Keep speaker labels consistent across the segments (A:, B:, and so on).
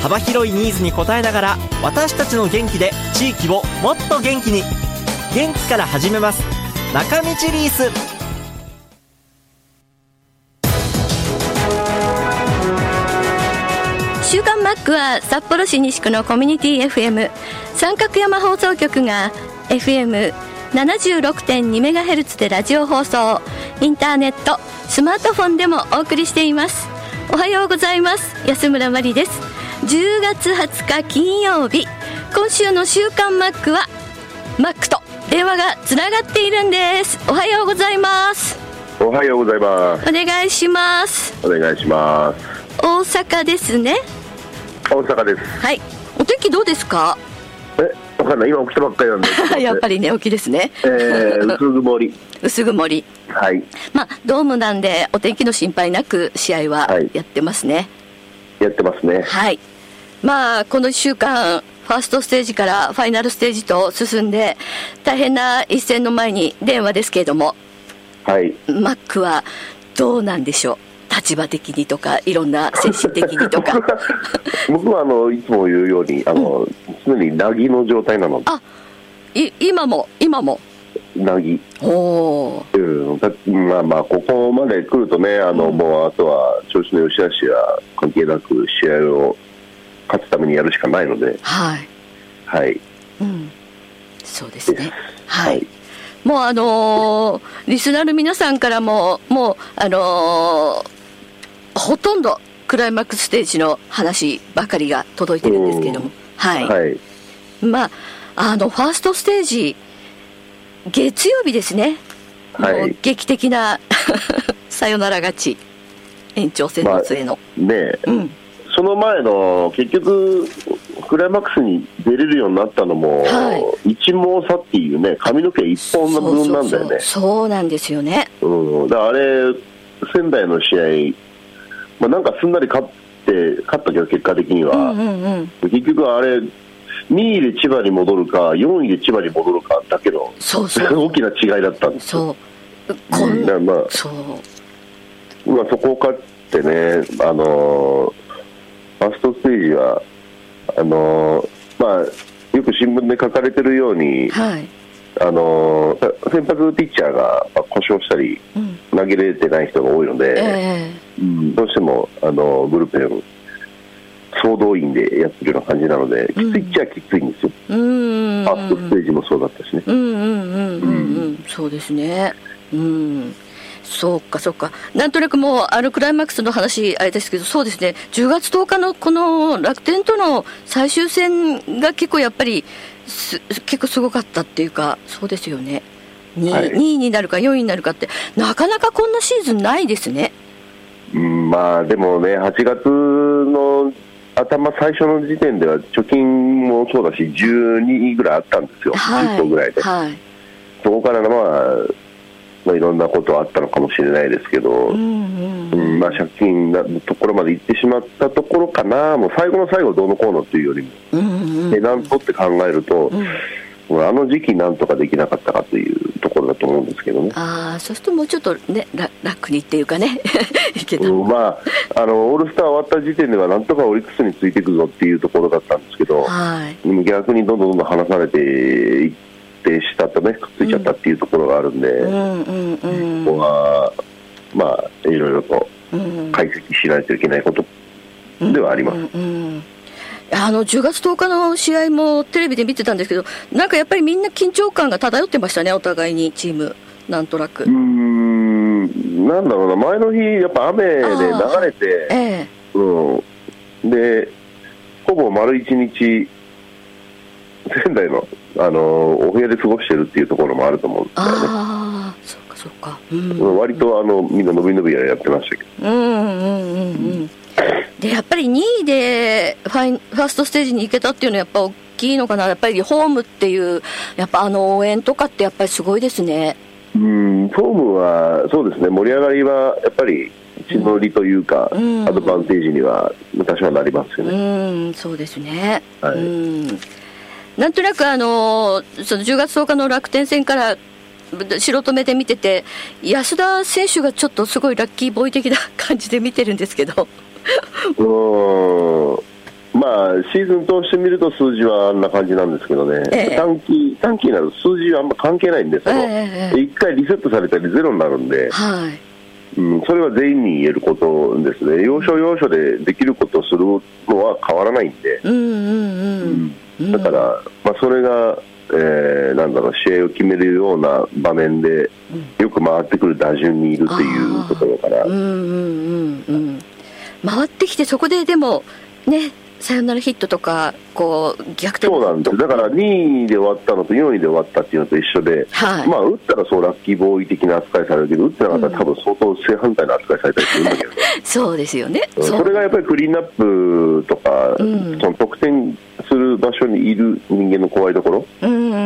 A: 幅広いニーズに応えながら私たちの元気で地域をもっと元気に元気から始めます中道リース
B: 週刊マックは札幌市西区のコミュニティ FM 三角山放送局が FM 76.2メガヘルツでラジオ放送インターネットスマートフォンでもお送りしていますおはようございます安村真理です10月20日金曜日今週の週刊マックはマックと電話がつながっているんですおはようございます
C: おはようございま
B: お願いします
C: す。お願いします。
B: 大阪ですね
C: 大阪です。
B: はいお天気どうですか。
C: え、わかんない。今起きたばっかりなんで
B: やっぱ
C: り。
B: りね大きいですね、
C: え ー、薄曇り。
B: 薄曇り
C: はい。
B: まあ、ドームなんでお天気の心配なく試合は
C: はい
B: やってますね。
C: やってますね。
B: はい、まあこの1週間ファーストステージからファイナルステージと進んで大変な一戦の前に電話ですけれども
C: はい。
B: マックはどうなんでしょう立場的にとかいろんな精神的にと か
C: 僕はあのいつも言うようにあの、常になぎの状態なの
B: あい今も今も
C: なぎ、
B: おお
C: うん、だまあまあここまで来るとねあの、もうあとは調子の良し悪しは関係なく試合を勝つためにやるしかないので
B: はい
C: はい
B: うん、そうですね。はい。
C: はい
B: もうあのーリスナーの皆さんからも、もうあのーほとんどクライマックスステージの話ばかりが届いてるんですけれども
C: うん、
B: はい。
C: はい
B: まあ、あの、ファーストステージ、月曜日ですね。
C: はい
B: もう劇的な さよなら勝ち。延長戦の末の。
C: ねえ、
B: うん。
C: その前の結局、クライマックスに出れるようになったのも、
B: は
C: 一毛差っていうね、髪の毛一本の部分なんだよね
B: そうそうそう、そうなんですよね。
C: うん、だからあれ、仙台の試合、まあ、なんかすんなり勝って、勝ったけど、結果的に
B: うん
C: は、
B: うんうん。
C: 結局、あれ、2位で千葉に戻るか、4位で千葉に戻るかだけど、
B: そうそう
C: 大きな違いだったんですよ。
B: そう。こ
C: うん
B: ん
C: だからまあ
B: そう。
C: まあ、そこを勝ってね、あのーファーストステージは、あのーまあ、よく新聞で書かれてるように、
B: はい。
C: あのー先発ピッチャーがまあ故障したり、
B: うん。
C: 投げれてない人が多いの
B: え
C: で、
B: え
C: うんどうしても、あのーブルペン、総動員でやってるような感じなので、き
B: うん
C: ついっちゃきついんですよ、
B: うーん。
C: ファーストステージもそうだったしね。
B: うんうんうんうんうん。そうですね。うん。そうかそうか。なんとなくもう、あのクライマックスの話、あれですけど、そうですね。10月10日のこの楽天との最終戦が結構やっぱり、す結構すごかったっていうか、そうですよね。2,
C: はい
B: 2位になるか4位になるかって、なかなかこんなシーズンないですね。
C: うんまあでもね、8月の頭、最初の時点では貯金もそうだし、12位ぐらいあったんですよ、
B: は
C: 10個ぐらい
B: い。
C: で、
B: はい。
C: そこから、まあ、まあいろんなことあったのかもしれないですけど、
B: う
C: う
B: ん
C: ん
B: うん。
C: まあ、借金なところまで行ってしまったところかな、もう最後の最後、どうのこうのっていうよりも、
B: うんうん
C: 値段とって考えると、もうあの時期、なんとかできなかったかというところだと思うんですけどね。
B: ああそうするともうちょっとねら楽にっていうかね いけた、
C: うんまあ、あのオールスター終わった時点では、なんとかオリックスについていくぞっていうところだったんですけど、
B: はい
C: 逆にどんどんどんどん離されていってしたとね、くっついちゃったっていうところがあるんで、
B: うんうんうん
C: ここは、まあ、いろいろと
B: うん
C: 解析しないといけないことではあります。
B: うんうんあの10月10日の試合もテレビで見てたんですけどなんかやっぱりみんな緊張感が漂ってましたねお互いにチームなんとなく、
C: うーん、なんだろうな、前の日、やっぱ雨で流れて、
B: ええ
C: うん、で、ほぼ丸一日、仙台の、あの、お部屋で過ごしてるっていうところもあると思うんですよね。
B: ああそうかそうかうん
C: うん割と、あの、みんな伸び伸びやってましたけど。
B: うんうんうんうんでやっぱり2位でファインファーストステージに行けたっていうのはやっぱ大きいのかな、やっぱりホームっていう、やっぱあの応援とかって、やっぱりすごいですね。
C: うん、フォームは、そうですね、盛り上がりはやっぱり、一乗りというか、
B: うん
C: アドバンテージには昔はなりますよ
B: う
C: ね。
B: ん、そうですね。
C: は
B: う
C: い
B: ん。なんとなくあのその10月10日の楽天戦から素人目で見てて、安田選手がちょっとすごいラッキーボーイ的な感じで見てるんですけど。
C: うん、まあ、シーズン通してみると数字はあんな感じなんですけどね、
B: ええ
C: 短期短期になると数字はあんま関係ないんですけど、
B: ええ
C: 一回リセットされたりゼロになるんで、
B: はい。
C: うん、それは全員に言えることですね、要所要所でできることをするのは変わらないんで、
B: うんうんうん。
C: だから、まあ、それが、えーなんだろう、試合を決めるような場面で、よく回ってくる打順にいるっていうところから、
B: うんうんうんうん。回ってきてそこででもね、サヨナラヒットとかこう逆転。
C: そうなんです、だから2位で終わったのと4位で終わったっていうのと一緒で、
B: はい
C: まあ、打ったらそうラッキーボーイ的な扱いされるけど、打ってなかったら多分相当正反対な扱いされたりするんだけどね、
B: そうですよね。
C: うん
B: う
C: それがやっぱりクリーンナップとか、
B: うん
C: その得点する場所にいる人間の怖いところ、
B: うんうんうんう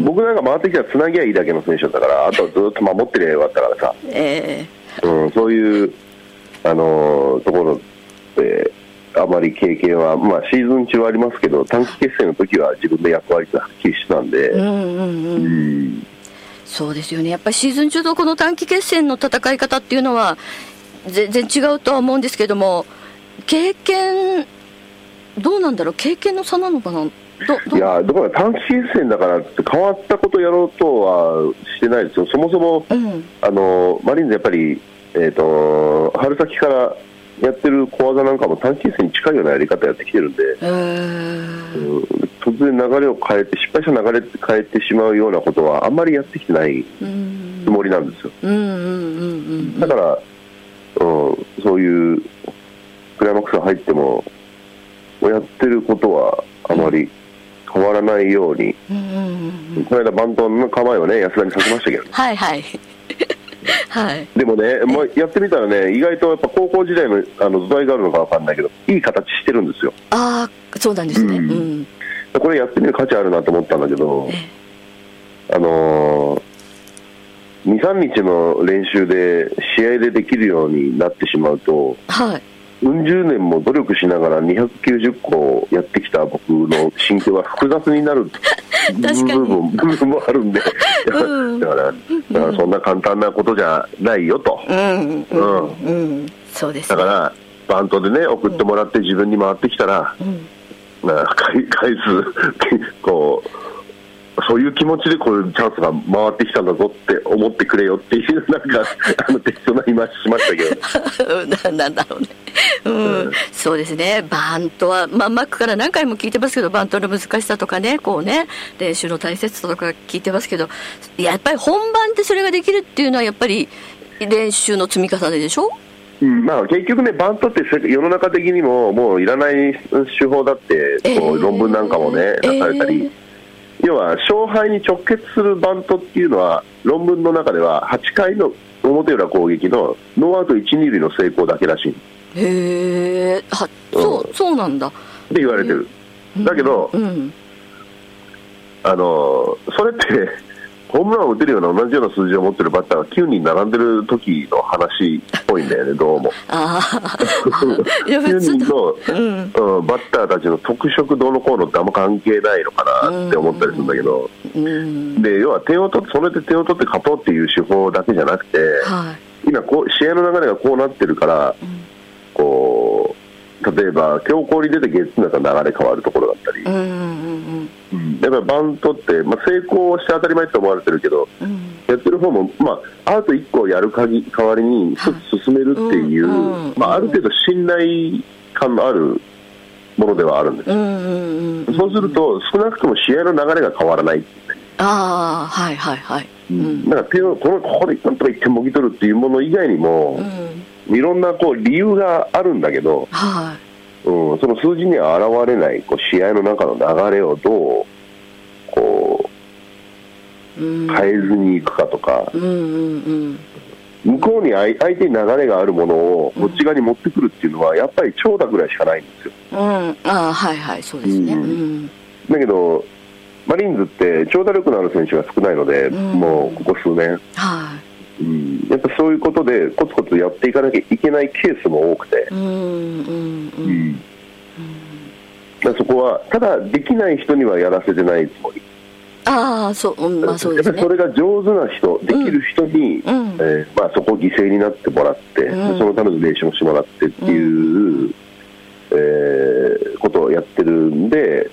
B: ん。
C: 僕なんか回ってきたらつなぎゃいいだけの選手だったから、あとはずっと守ってりゃよかったからさ。
B: え
C: うん、そういう、あのーところって、あまり経験は、まあ、シーズン中はありますけど、短期決戦の時は自分の役割がはっきりしてたんで、
B: えうんうんうん。
C: うん
B: そうですよね、やっぱりシーズン中のこの短期決戦の戦い方っていうのは、全然違うとは思うんですけども、経験、どうなんだろう、経験の差なのかな、どど
C: いやだから短期決戦だからって変わったことやろうとはしてないですよ、そもそも、
B: うん、
C: あのーマリーンズやっぱり、えー、と春先からやってる小技なんかも短期決戦に近いようなやり方やってきてるんで、
B: えー
C: うん突然流れを変えて、失敗した流れ変えてしまうようなことはあんまりやってきてない
B: うん
C: つもりなんですよ。
B: うんうんうんう
C: だ
B: ん、
C: から、うん、そういうクライマックスが入っても、やってることはあまり変わらないように、
B: うんうんうんうん
C: この間、バントの構えをね、安田にさせましたけど、
B: はいはい、 はい、
C: でもね、もうやってみたらね、意外とやっぱ高校時代のあの土台があるのかわかんないけど、いい形してるんですよ。
B: ああ、そうなんですね、う
C: うん
B: ん、
C: これやってみる価値あるなと思ったんだけど
B: え、
C: あのー、2、3日の練習で、試合でできるようになってしまうと、
B: はい、
C: うん十年も努力しながら290個やってきた僕の心境が複雑 になる
B: かに
C: 部分部分もあるんで、
B: うん
C: だからだからそんな簡単なことじゃないよと、
B: うんう
C: うん
B: んうん、そうです
C: だ
B: ね
C: か。らバントでね送ってもらって自分に回ってきたら、
B: ん
C: まあ返返す こうそういう気持ちでこういうチャンスが回ってきたんだぞって思ってくれよっていうなんかあの適当な言い回ししましたけど。
B: ななんだろうね、うんそうですねバントは、まあ、マックから何回も聞いてますけどバントの難しさとかねこうね練習の大切さとか聞いてますけどやっぱり本番でそれができるっていうのはやっぱり練習の積み重ねでしょ
C: うんまあ、結局ね、バントって世世の中的にももういらない手法だって、
B: えー
C: こう論文なんかもね、
B: えー
C: 出されたり、要は勝敗に直結するバントっていうのは、論文の中では8回の表裏攻撃のノーアウト1、2塁の成功だけらしいっ
B: へえあそううそうなんだ
C: て言われてる、だけど、
B: うん
C: あのそれって、 ホームランを打てるような同じような数字を持ってるバッターが9人並んでる時の話っぽいんだよね、 どうも。
B: あ あいや
C: 9
B: 普通
C: 人
B: と
C: の
B: うん
C: うん、バッターたちの特色どうのこうのってあんま関係ないのかなって思ったりするんだけど、
B: うん
C: で要は点を取ってそれで点を取って勝とうっていう手法だけじゃなくて、
B: はい
C: 今こう、試合の流れがこうなってるから、こう例えば、強行に出てゲッツーなんか流れ変わるところだったり
B: う、んうん
C: やっぱりバントって、まあ、成功して当たり前って思われてるけど、
B: うんうん
C: やってる方も、まあ、アウト1個をやるかぎ代わりに、一つ進めるってい
B: うんうん
C: う、まあ、ある程度信頼感のあるものではあるんです。
B: うんうんうん
C: そうすると、少なくとも試合の流れが変わらない、
B: ああはいはいはいうん
C: だから手をこのここでなんとか1点もぎ取るっていうもの以外にも
B: う、ん
C: いろんなこう理由があるんだけど、
B: はい
C: うん、その数字には表れないこう試合の中の流れをどうこ
B: うん
C: う変えずにいくかとか、
B: うんうんうん
C: 向こうに相相手に流れがあるものをこっち側に持ってくるっていうのは、やっぱり長打ぐらいしかないんですよ。
B: うんああはいはいそうですね
C: うん
B: うん
C: だけど、マリーンズって長打力のある選手が少ないので、もうここ数年、
B: は
C: うんやっぱそういうことで、コツコツやっていかなきゃいけないケースも多くて、
B: い。うんうんうん。
C: だからそこは、ただ、できない人にはやらせてないつもり、
B: ああ、そう、うん、まあそう
C: や
B: で
C: っぱ
B: す
C: り
B: ね
C: そ。れが上手な人、できる人に、
B: ん
C: えーまあ、そこを犠牲になってもらって、
B: うん
C: そのための練習もしてもらってっていう、えーことをやってるんで、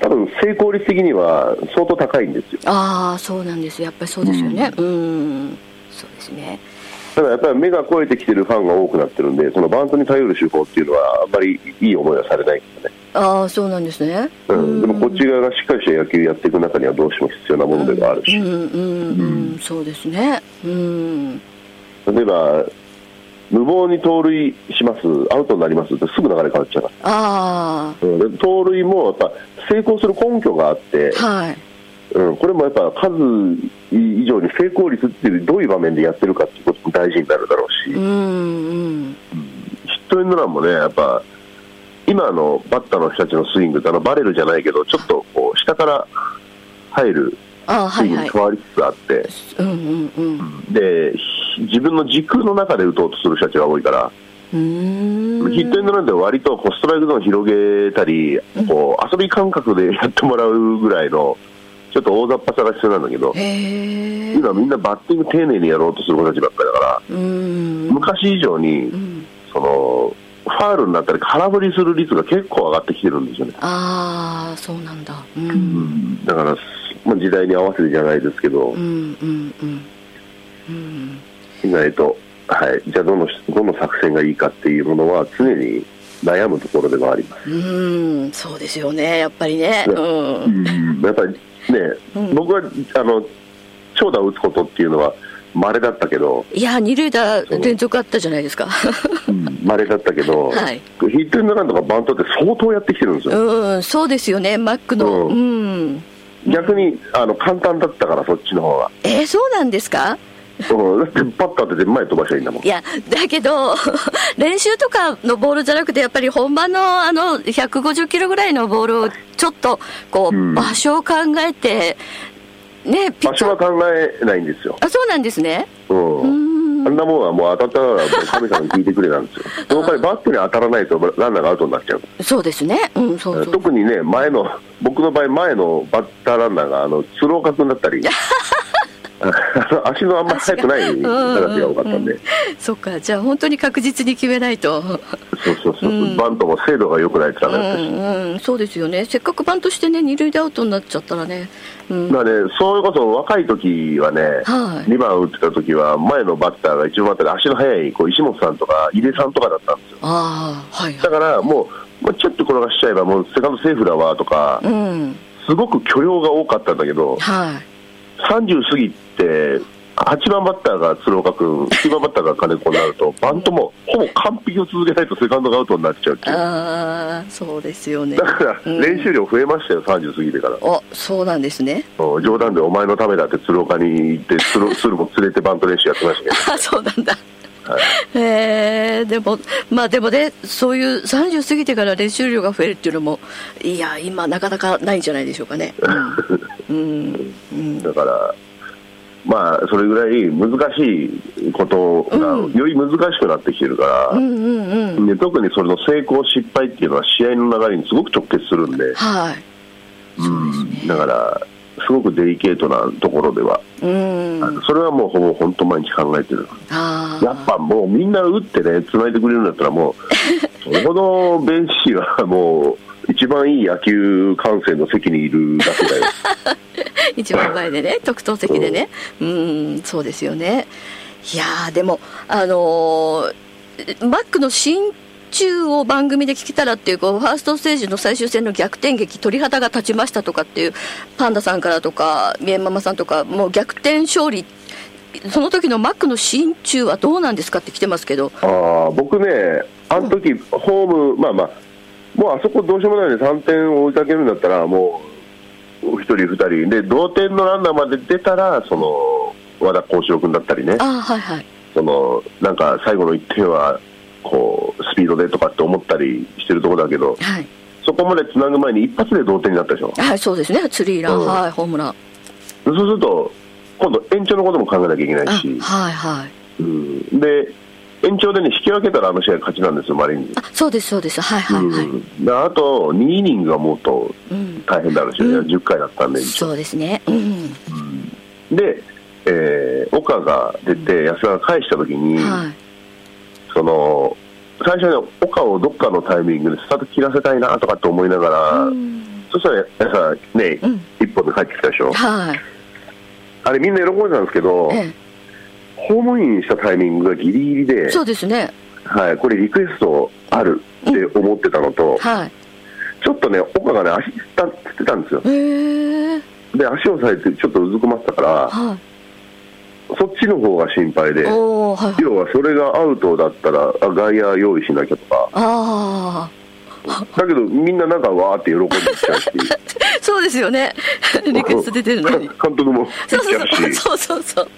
C: 多分成功率的には相当高いんですよ。
B: ああ、そうなんです。やっぱりそうですよね。うん。そうですね。
C: ただやっぱり目が超えてきてるファンが多くなってるんで、そのバントに頼る手法っていうのは、あんまりいい思いはされないんですね、
B: ああ、そうなんですね。
C: うん、でもこっち側がしっかりした野球やっていく中には、どうしても必要なものでもあるし、
B: うんうんうん、そうですね。うん。
C: 例えば、無謀に盗塁します、アウトになりますって、すぐ流れ変わっちゃいます、
B: あ
C: うんで盗塁もやっぱ成功する根拠があって
B: あ、、はい。
C: うん、これもやっぱ数以上に成功率っていう、どういう場面でやってるかっていうことも大事になるだろうし。
B: うんうん。
C: ヒットエンドランもね、やっぱ今のバッターの人たちのスイングってあのバレルじゃないけど、ちょっとこう下から入る
B: ああ、
C: ス
B: は
C: イン
B: い
C: グ
B: は
C: に
B: い。
C: 変わりつつあって、
B: うんうんうん。
C: で自分の軸の中で打とうとする人たちが多いから、
B: うーん。
C: ヒットエンドランでは割とこうストライクゾーン広げたり、こう遊び感覚でやってもらうぐらいの、ちょっと大雑把さが必要なんだけど、
B: へえ。
C: 今、みんなバッティング丁寧にやろうとする子たちばっかりだから、
B: うん。
C: 昔以上に、そのファウルになったり、空振りする率が結構上がってきてるんですよね。
B: ああ、そうなんだ。うん
C: だから、まあ、時代に合わせてじゃないですけど、
B: うんうんうん。
C: 意外と、はい、じゃあどの、どの作戦がいいかっていうものは、常に悩むところでもあります。
B: うん、そうですよね。やっぱりね。うん。
C: やっぱりね、僕はあの長打を打つことっていうのは、稀だったけど、
B: いや、二塁打連続あったじゃないですか。
C: 稀だったけど、
B: はい
C: ヒットエンドランとかバントって相当やってきてるんですよ、
B: うん、そうですよね。マックの。う。
C: うん逆にあの簡単だったから、そっちの方が。
B: えーそうなんですか
C: うんだって、バッターって前に飛ばしゃいいんだもん
B: い。や、だけど、練習とかのボールじゃなくて、やっぱり本番のあの、150キロぐらいのボールを、ちょっと、こう、
C: うん
B: 場所を考えて、ね、ピッ
C: 場
B: チ
C: 所
B: ャ
C: は
B: ー。
C: 考えないんですよ。
B: あ、そうなんですね。
C: うん、あんなもんはもう当たったからもう神様に聞いてくれなんですよ、その代わりバットに当たらないとランナーがアウトになっちゃう、
B: そうですね。うん、そうそう。
C: 特にね、前の僕の場合、前のバッターランナーがあの鶴岡君だっ たり、あの足のあんまり速くない形が多かったんで、
B: そっか、じゃあ本当に確実に決めないと。
C: そうそうそう、バントも精度が良くないってダメだった
B: う
C: し、
B: ん、うん、そうですよね。せっかくバントしてね、二塁でアウトになっちゃったらね。うん。
C: だからね、それこそ若い時はね、
B: はい
C: 2番打ってた時は、前のバッターが一番バッターで足の速いこう石本さんとか井出さんとかだったんですよ。
B: ああ、はいは
C: だからもう、まあ、ちょっと転がしちゃえば、もうセカンドセーフだわとか
B: い。、うん。
C: すごく許容が多かったんだけど、
B: はい。
C: 30過ぎて、8番バッターが鶴岡君、9番バッターが金子になると、バントもほぼ完璧を続けないとセカンドがアウトになっちゃうっていう。
B: ああ、そうですよ ね
C: だ。から
B: うん
C: 練習量増えましたよ、30過ぎてから、
B: お、そうなんですね。
C: うん冗談でお前のためだって鶴岡に行って、鶴鶴も連れてバント練習やってましたけど、
B: あ、そうなんだ。えー、でも、まあでもね、そういう30過ぎてから練習量が増えるっていうのも、いや、今、なかなかないんじゃないでしょう かね。うん。うん
C: だから、まあ、それぐらい難しいことが、より難しくなってきてるから、
B: うんうんうん。
C: で特にそれの成功、失敗っていうのは試合の流れにすごく直結するんで、
B: はい。
C: うん、だから、すごくデリケートなところでは、
B: うん。あ
C: それはもうほぼ本当、毎日考えてる、
B: あ
C: やっぱもうみんな打ってね、繋いでくれるんだったら、もう、それほどベンチはもう、一番いい野球観戦の席にいるだけだよ。
B: 一番前でね特等席でねうんそうですよねいやーでもあのーマックの心中を番組で聞けたらっていうこうファーストステージの最終戦の逆転劇鳥肌が立ちましたとかっていうパンダさんからとかみえママさんとかもう逆転勝利その時のマックの心中はどうなんですかって来てますけど
C: ああ僕ね、あの時ホーム、まあまあ、もうあそこどうしようもないので、3点を追いかけるんだったら、もう1人、2人で、同点のランナーまで出たら、その和田幸四郎君だったりね
B: あ、あはいはい
C: そのなんか最後の1点はこうスピードでとかって思ったりしてるところだけど、
B: はい
C: そこまでつなぐ前に一発で同点になったでしょ、
B: はい、そうですね、スリーラン、
C: うん
B: はい、ホームラン、
C: そうすると、今度、延長のことも考えなきゃいけな
B: あ
C: いし、
B: はいはい、
C: うん、で延長で、ね、引き分けたらあの試合勝ちなんですよ、マリーンズ。
B: あそうです、そうです、はいはいはい、
C: うん、であと2イニングがもっと
B: うん、
C: 大変だろうし、
B: うん
C: 10回だったんで、
B: そうですね、うん、
C: で、えー岡が出て、安田が返したときに、
B: はい、
C: その最初に岡をどっかのタイミングでスタート切らせたいなとかって思いながら、
B: うん
C: そしたら安田ね、
B: うん
C: 一本で帰ってきたでしょ、
B: はい、
C: あれ、みんな喜んでたんですけど、
B: え
C: ホームインしたタイミングがギリギリ
B: え、
C: で、
B: そうですね、
C: はい、これ、リクエストあるって思ってたのと、
B: はい、
C: ちょっとね、岡がね、足つったつってたんですよ、
B: えー、
C: で足を裂いて、ちょっとうずくまってたから、
B: は
C: そっちの方が心配で
B: い、、おお、はいはい、
C: 要はそれがアウトだったら、あ外野用意しなきゃとか、
B: ああ、
C: だけど、みんななんかわーって喜んできちゃうし、
B: そうですよね、リクエスト出てるのに。
C: 監督も
B: そう
C: 来ちゃうし、
B: そうそうそうそう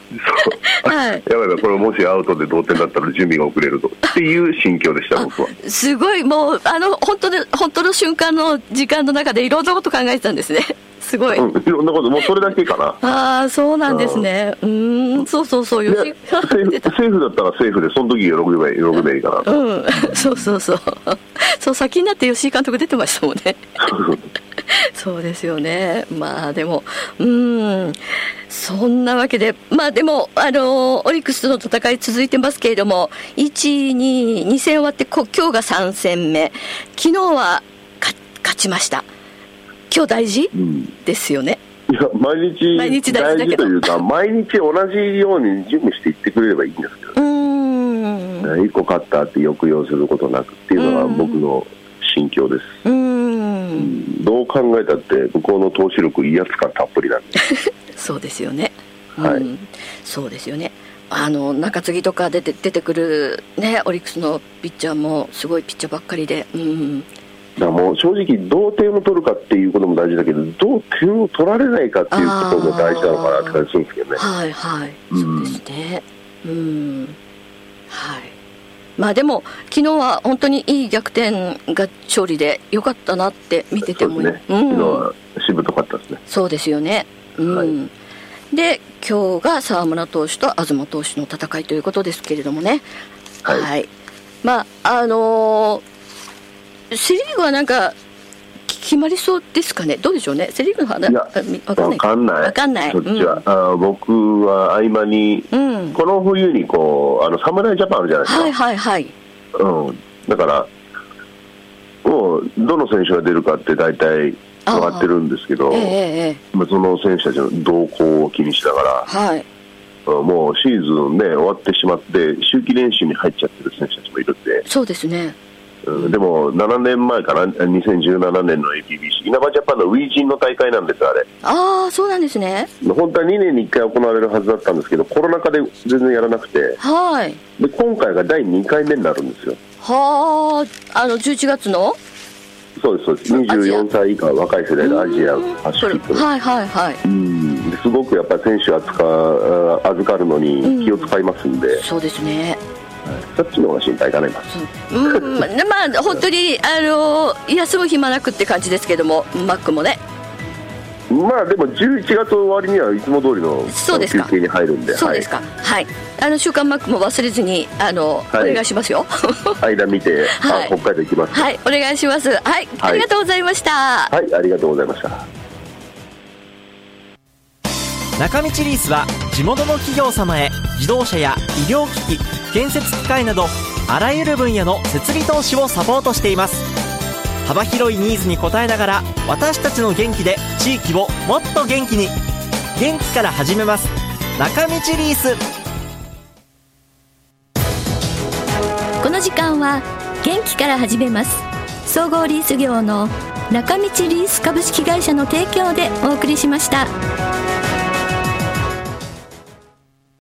C: そう
B: はい
C: やばいやばい、これ、もしアウトで同点だったら準備が遅れるとっていう心境でした、僕は。
B: そうすごいもうあの本当で本当の瞬間の時間の中でいろんなこと考えてたんですねすごい、
C: うん、いろんなこと、もうそれだけかな。
B: ああそうなんですねうーんそうそうそう
C: で
B: よ
C: セ
B: し
C: ーフ
B: 出た
C: セーフだったらセーフで、その時喜べばいい喜べばいいかなと。
B: うんそうそうそうそう先になって吉井監督出てましたもん ねそうですよねまあでもうーんそんなわけでまあでもあのーオリックスとの戦い続いてますけれども122戦終わってこ今日が3戦目昨日はか勝ちました今日大事
C: うん
B: ですよね
C: いや毎日
B: 毎日大
C: 大
B: 事だけ
C: 事
B: ど
C: とい うか、毎日同じように準備していってくれればいいんですけど
B: うーん
C: ね、1個勝ったって抑揚することなくっていうのが僕の心境です。
B: うーん
C: どう考えたって、向こうの投手力、威圧感たっぷりなんで、
B: そうですよね。
C: はい
B: うん、そうですよね。あの中継ぎとか出て出てくるねオリックスのピッチャーもすごいピッチャーばっかりで、うん、
C: だからもう正直、同点を取るかっていうことも大事だけど、同点を取られないかっていうことも大事なのかなって感じするんですけどね。
B: はいはい、
C: うん
B: そうですね。うん、はい。まあでも昨日は本当にいい逆転が勝利で良かったなって見てて
C: そう
B: も
C: ですね、
B: うん、
C: 昨日はしぶとかったですね。
B: そうですよね。うん。
C: はい
B: で今日が沢村投手と東投手の戦いということですけれどもね。
C: はい
B: まああのーセリーグはなんかき決まりそうですかね。どうでしょうね。セリーグの話
C: い
B: わ
C: や
B: かんない。
C: わかんな
B: わかんな
C: い。
B: い。
C: そっちは。あー僕は合間に、
B: うん。うん。
C: この冬にこう、あの、侍ジャパンあるじゃないですか。
B: はいはいはい。
C: うん、だから、もうどの選手が出るかって大体分かってるんですけど、
B: ええええ
C: まあ、その選手たちの動向を気にしながら、
B: はい。
C: うんもうシーズン、ね、終わってしまって、周期練習に入っちゃってる選手たちもいるんで、
B: そうですね。
C: うん、でも7年前かな、2017年の APBC、稲葉ジャパンのウィージンの大会なんです、あれ、
B: ああそうなんですね。
C: 本当は2年に1回行われるはずだったんですけど、コロナ禍で全然やらなくて、
B: はい。
C: で今回が第2回目になるんですよ。
B: はああの11月の
C: そうですそうです24歳以下若い世代のアジア
B: うん
C: パシフィックの
B: はいはいはい。
C: うんすごくやっぱり選手扱うあ預かるの
B: うん
C: に気を使いますんで、
B: そうですね。
C: そっちの方が心配がねます。
B: うん、まあ本当にあの休む暇なくって感じですけどもマックもね
C: まあでも11月終わりにはいつも通りの
B: そうですか
C: 休憩に入るんで、
B: そうですかはい、あの週刊マックも忘れずにあの、
C: はい
B: お願いしますよ
C: はい、間見て、
B: はい
C: あ北海道行きます。
B: はいお願いしますはい、ありがとうございました
C: はい、ありがとうございました。
A: 中道リースは地元の企業様へ自動車や医療機器建設機械などあらゆる分野の設備投資をサポートしています幅広いニーズに応えながら私たちの元気で地域をもっと元気に元気から始めます中道リース
B: この時間は元気から始めます総合リース業の中道リース株式会社の提供でお送りしました